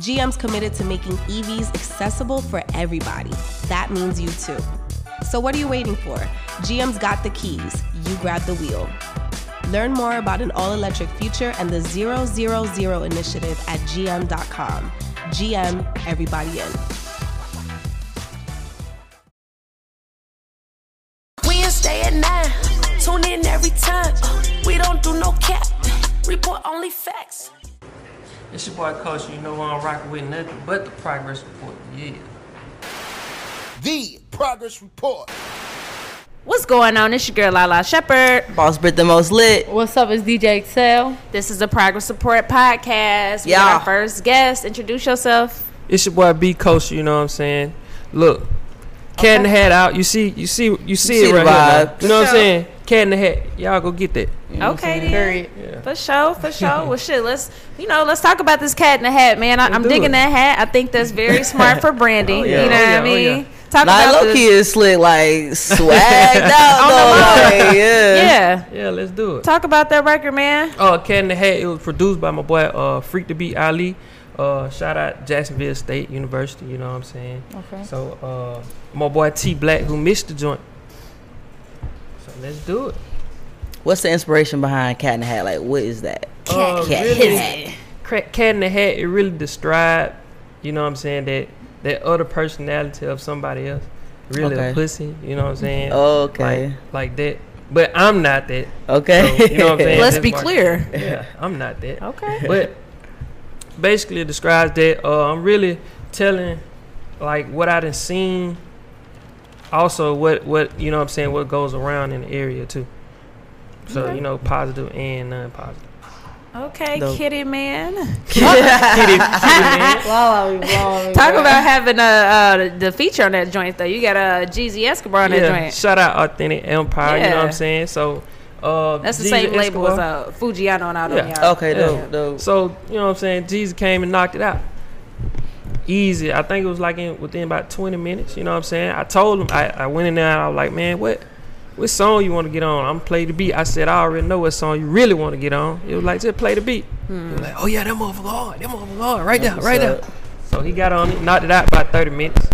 GM's committed to making EVs accessible for everybody. That means you too. So, what are you waiting for? GM's got the keys, you grab the wheel. Learn more about an all electric future and the 000 initiative at gm.com. GM, everybody in. Wednesday at nine. Tune in every time. Uh, We don't do no cap. Report only facts. It's your boy Coach. You know I'm rocking with nothing but the progress report. Yeah. The Progress Report. What's going on? It's your girl Lala Shepherd. Boss Brit the most lit. What's up? It's DJ Excel. This is the Progress Support Podcast. We Yeah. got our first guest. Introduce yourself. It's your boy B Coach. You know what I'm saying? Look, cat in the hat out. You see, you see, you see see it right here. the now. vibe. You know what I'm Sure. saying? Cat in the hat. Y'all go get that. Okay, then. Period. For sure, for sure. well, shit, let's you know, let's talk about this cat in the hat, man. I, I'm do digging it. that hat. I think that's very smart for branding. yeah, You know oh, what yeah, I oh, mean? yeah. Talk Nah, about low key this. is slick, like swagged out On the though. low. Like, yeah. Yeah, Yeah, let's do it. talk about that record, man. Uh, Cat in the Hat. It was produced by my boy uh, Freak to Beat Ali. Uh, shout out Jacksonville State University. You know what I'm saying? Okay. So uh, my boy T Black who missed the joint. So let's do it. What's the inspiration behind Cat in the Hat? Like, what is that? Uh, Cat in really, the Hat. Cra- Cat in the Hat. It really described. You know what I'm saying? That that other personality of somebody else. Really a Okay. Oh, pussy. You know what I'm saying? Okay. Like, like that. But I'm not that. Okay. So, you know what I'm saying? Let's that's be my- clear. Yeah, I'm not that. Oh. Okay. but basically it describes that uh, I'm really telling like what I done seen also what what you know what I'm saying what goes around in the area too so you know positive and non-positive Okay, Dope. kitty man. Lala, we wrong. Talk about having uh, uh the feature on that joint though. You got a uh, Jeezy Escobar on that yeah joint. shout out authentic empire you know what Yeah. I'm saying so uh That's the Jeezy same label as Escobar. uh, Fujiano and all them. Yeah. y'all. Okay, dope, dope. So you know what I'm saying? Jesus came and knocked it out. Easy. I think it was like in, within about 20 minutes. You know what I'm saying? I told him. I, I went in there and I was like, man, what, what song you want to get on? I'm play the beat. I said I already know what song you really want to get on. It was like just play the beat. Hmm. He was like, oh yeah, that motherfucker hard. That motherfucker hard right there, what's right up. there. So he got on it, knocked it out by 30 minutes.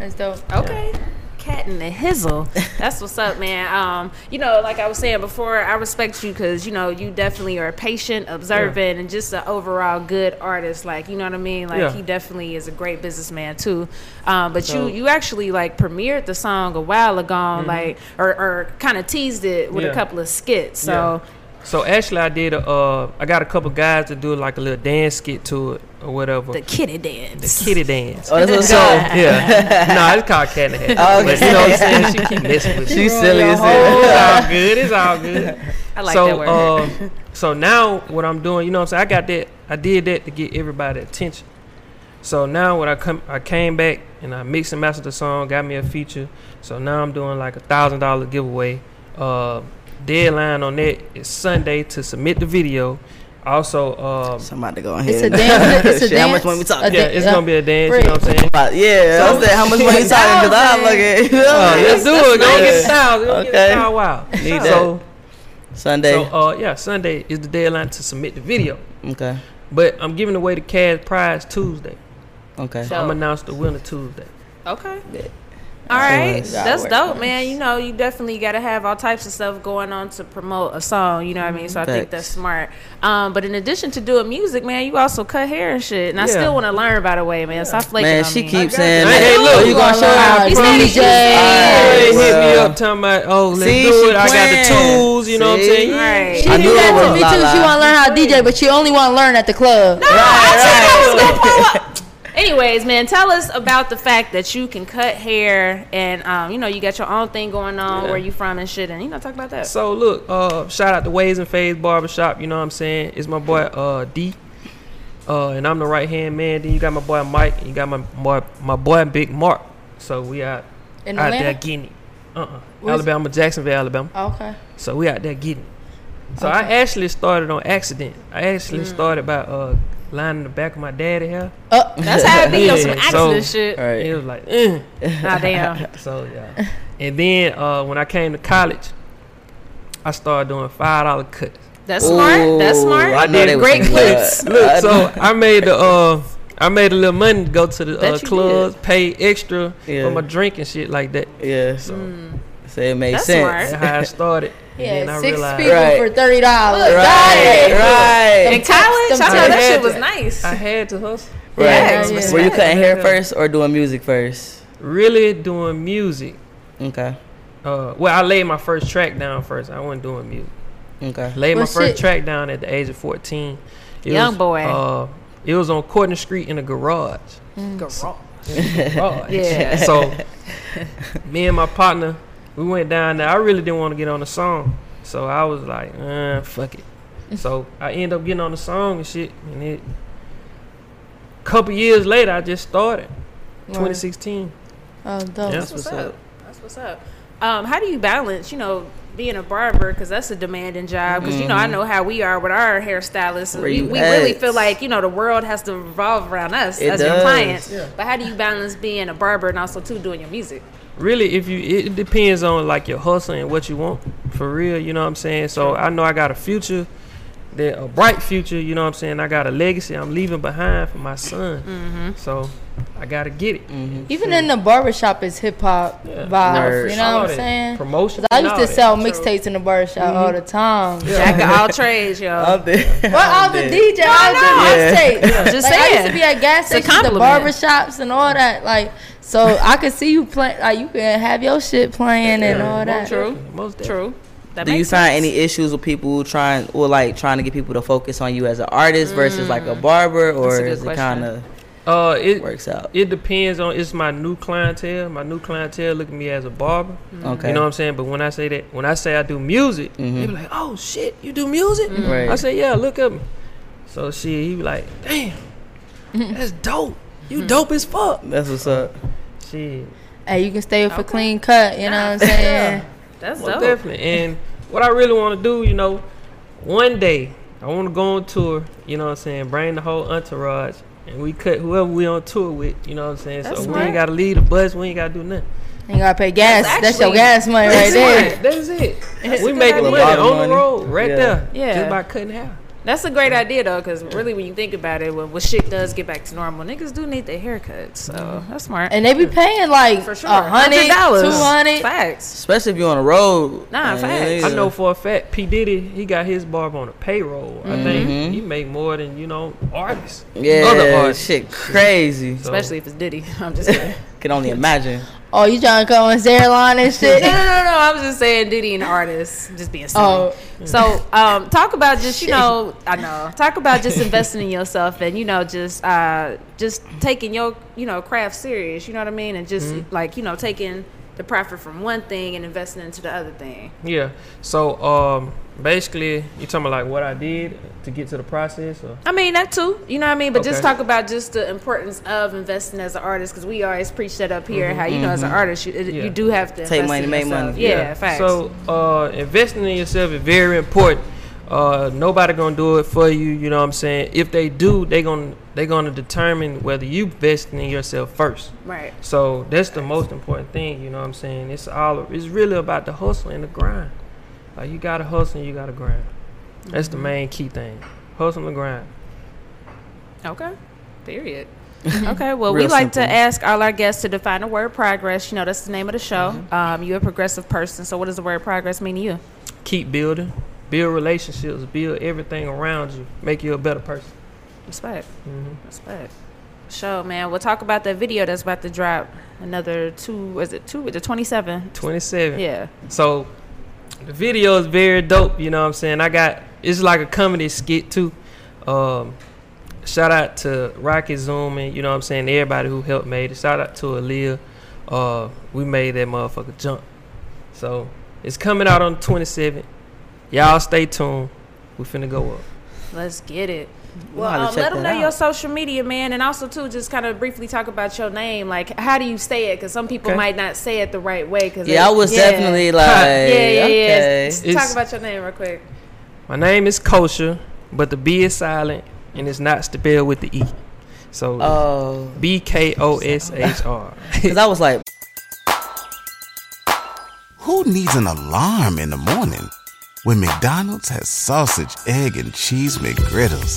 That's dope. Okay. Cat in the hizzle. That's what's up, man. Um, you know, like I was saying before, I respect you because you know you definitely are patient, observant, and just an overall good artist. Like you know what I mean. Like Yeah. he definitely is a great businessman too. Um, but So- Mm-hmm. you you actually like premiered the song a while ago, like or, or kind of teased it with Yeah. a couple of skits. So So actually, I did. A, uh, I got a couple guys to do like a little dance skit to it or whatever. the kitty dance. kitty dance. Oh, that's what's So up. yeah, nah, it's called cat in the hat. But you know what I'm saying? She keep messing with me. She's silly as hell. It's all good. It's all good. I like so, that word. um, so now what I'm doing, you know, what I'm saying I got that. I did that to get everybody attention. So now when I come, I came back and I mixed and mastered the song, got me a feature. So now I'm doing like a thousand dollar giveaway. Uh, deadline on that is Sunday to submit the video. Also, um, So I'm about to go in here. It's a dance. It's a Shit, dance. How much money we talking? A yeah, da- it's gonna be a dance. You know what I'm saying? about? Yeah, I said how much money you talking? Cause I look at you. Oh, let's do it. Go get a nice. style. Go get a Okay. style. Wow. Need so, Sunday. so uh, yeah, Sunday is the deadline to submit the video. okay, But I'm giving away the cash prize Tuesday. okay. I'm announced the winner Tuesday. Okay. All right, Nice. that's That dope, works. man. You know, you definitely got to have all types of stuff going on to promote a song. You know what I mean? So I think Facts. that's smart. Um, but in addition to doing music, man, you also cut hair and shit. And I Yeah. still want to learn by the way, man. Stop flaking Man, on she me. keeps saying Hey, that. hey, look. Oh, you gonna show out? He said he- Hey, Hey, hit me well. up talking about, oh, let's See, do she it. I got the playing. tools. You know what I'm See? saying? All right. She I did knew that it to was me too. Lala. She want to learn how to DJ, but she only want to learn at the club. Anyways, man, tell us about the fact that you can cut hair and um, you know, you got your own thing going on, where you from and shit, and you know, talk about that. So look, uh, shout out to Ways and Phase Barbershop. You know what I'm saying? It's my boy uh, D, uh, and I'm the right hand man. Then you got my boy Mike, and you got my boy, my boy Big Mark. So we out In out Atlanta? there getting it. Uh-uh. Where's- Alabama, Jacksonville, Alabama. Oh, okay. So we out there getting it. So I actually started on accident. I actually started by uh lining the back of my daddy hair. Uh, That's how it be on some Yeah, accident so- shit. Right. It was like, "Ugh." Nah, damn. so yeah. And then uh, when I came to college, I started doing five dollar cuts. That's smart. That's Ooh, smart. I know they was Great some clips. blood. Look, so I made the uh, I made a little money to go to the Bet uh, you clubs, pay extra Yeah. for my drink and shit like that. Yeah. So So it Hmm. makes That's sense. smart. that's how I started. and then yeah, I six realized people Right. for thirty dollars. Right. Them Right. In tips, college, I them know that tips. shit was nice. I had to hustle. Right. Yeah, yeah. Were you cutting hair Yeah. first or doing music first? Really doing music. Okay. Uh, well, I laid my first track down first. I wasn't doing music. Okay. Laid my Well, first shit. track down at the age of fourteen. It Young was, boy. Uh, it was on Courtney Street in a garage. Garage. Garage. Mm. Yeah. So me and my partner, we went down there. I really didn't want to get on the song, so I was like, uh, fuck it. so I ended up getting on the song and shit. And it, couple years later, I just started. 2016. Oh, Yes. dope. That's what's up. That's what's up. Um, how do you balance, you know, being a barber because that's a demanding job? Because you know, I know how we are with our hairstylists. Mm-hmm. Where We, you we really at? feel like you know the world has to revolve around us It as your does. clients. But how do you balance being a barber and also too doing your music? Really, if you, it depends on like your hustle and what you want for real. You know what I'm saying? So I know I got a future, that a bright future. You know what I'm saying? I got a legacy I'm leaving behind for my son. Mm-hmm. So I gotta get it. Mm-hmm. Even in the barbershop is hip hop vibes. Nerd. Uh, You know All what that I'm saying? 'Cause Promotion. I and used all to that. sell mixtapes in the barbershop Mm-hmm. all the time. Jack of all trades, yo. I'm there. What all I'm the there. DJ? all Yeah. the mixtapes. Just like, I used saying. to be at gas It's a stations, the barber compliment. shops, and all that. Like, so I could see you playing. Like, you can have your shit playing and Yeah. all that. True. Most definitely. True. That Do you makes find sense. any issues with people trying or like trying to get people to focus on you as an artist versus like a barber Mm. That's a or good is it question. kind of Uh, it works out? it depends on it's my new clientele. My new clientele look at me as a barber. Mm-hmm. Mm. Okay. You know what I'm saying? But when I say that, when I say I do music, Mm-hmm. they be like, "Oh shit, you do music?" Mm. Right. I say, "Yeah, look at me." So shit, he be like, "Damn, that's dope. You dope as fuck." That's what's up. Shit, Hey, you can stay for clean cut. You know what I'm saying? That's most dope. definitely. And what I really want to do, you know, one day I want to go on tour. You know what I'm saying? Bring the whole entourage. And we cut whoever we on tour with, you know what I'm saying? That's so we smart. ain't gotta leave the bus, we ain't gotta do nothing. You gotta pay gas. That's, That's your actually- gas money right that's there. Right, That's it. we a good making idea. money Lot of on money. the road right Yeah. there. Yeah. Just by cutting hair. That's a great idea though, because really, when you think about it, when, when shit does get back to normal, niggas do need their haircuts. So that's smart. And they be paying like for sure, a hundred $100. two hundred. Facts. Especially if you're on the road. Nah, Man, facts. I know for a fact P. Diddy, he got his barb on a payroll. I think he make more than, you know, artists. Yeah, Other artists. shit, crazy. So, Especially if it's Diddy. I'm just kidding. Can only imagine. Oh, you trying to come on airline and no, no, shit? no, no. I was just saying Diddy and artists. Just being silly. Oh. So um, talk about just, you know, I know. Talk about just investing in yourself and, you know, just uh, just taking your, you know, craft serious, you know what I mean? And just Mm-hmm. like, you know, taking the profit from one thing and investing into the other thing. yeah. So um basically you talking about like what I did to get to the process or I mean that too, you know what I mean. But just Okay. talk about just the importance of investing as an artist, because we always preach that up here. How you know, as an artist, you, it Yeah. you do have to Take invest money in to make yourself. money. Yeah, facts. So uh, investing in yourself is very important. Uh, nobody gonna do it for you. You know what I'm saying? If they do, they gonna they gonna determine whether you investing in yourself first. right. So that's the most important thing, you know what I'm saying? It's all it's really about the hustle and the grind. Like you gotta hustle and you gotta grind. That's the main key thing. Hustle and grind. Okay. Period. okay. Well, we Real like to simple. ask all our guests to define the word progress. You know, that's the name of the show. Um, you're a progressive person, so what does the word progress mean to you? Keep building. Build relationships, build everything around you, make you a better person. Respect. Respect. Show man. We'll talk about that video that's about to drop. Another two. Was it two? The twenty-seven. Twenty seven. Yeah. So the video is very dope, you know what I'm saying? I got it's like a comedy skit too. Um shout out to Rocket Zoom and you know what I'm saying, everybody who helped made it. Shout out to Aaliyah. Uh we made that motherfucker jump. So it's coming out on the 27th. Y'all stay tuned. We finna go up. Let's get it. how to Well, uh, check let them know that your out. social media, man, and also too, just kind of briefly talk about your name. Like, how do you say it? Because some people Okay. might not say it the right way. Cause Yeah, I they- was yeah. definitely like, Yeah, yeah, yeah. okay. S- It's- Talk about your name real quick. My name is Kosher, but the B is silent and it's not spelled with the E. So Oh, B K O S H R. because I was like, Who needs an alarm in the morning when McDonald's has sausage, egg, and cheese McGriddles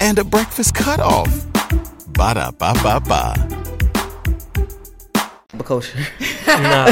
and a breakfast cutoff? Ba da ba ba ba. but kosher. Nah,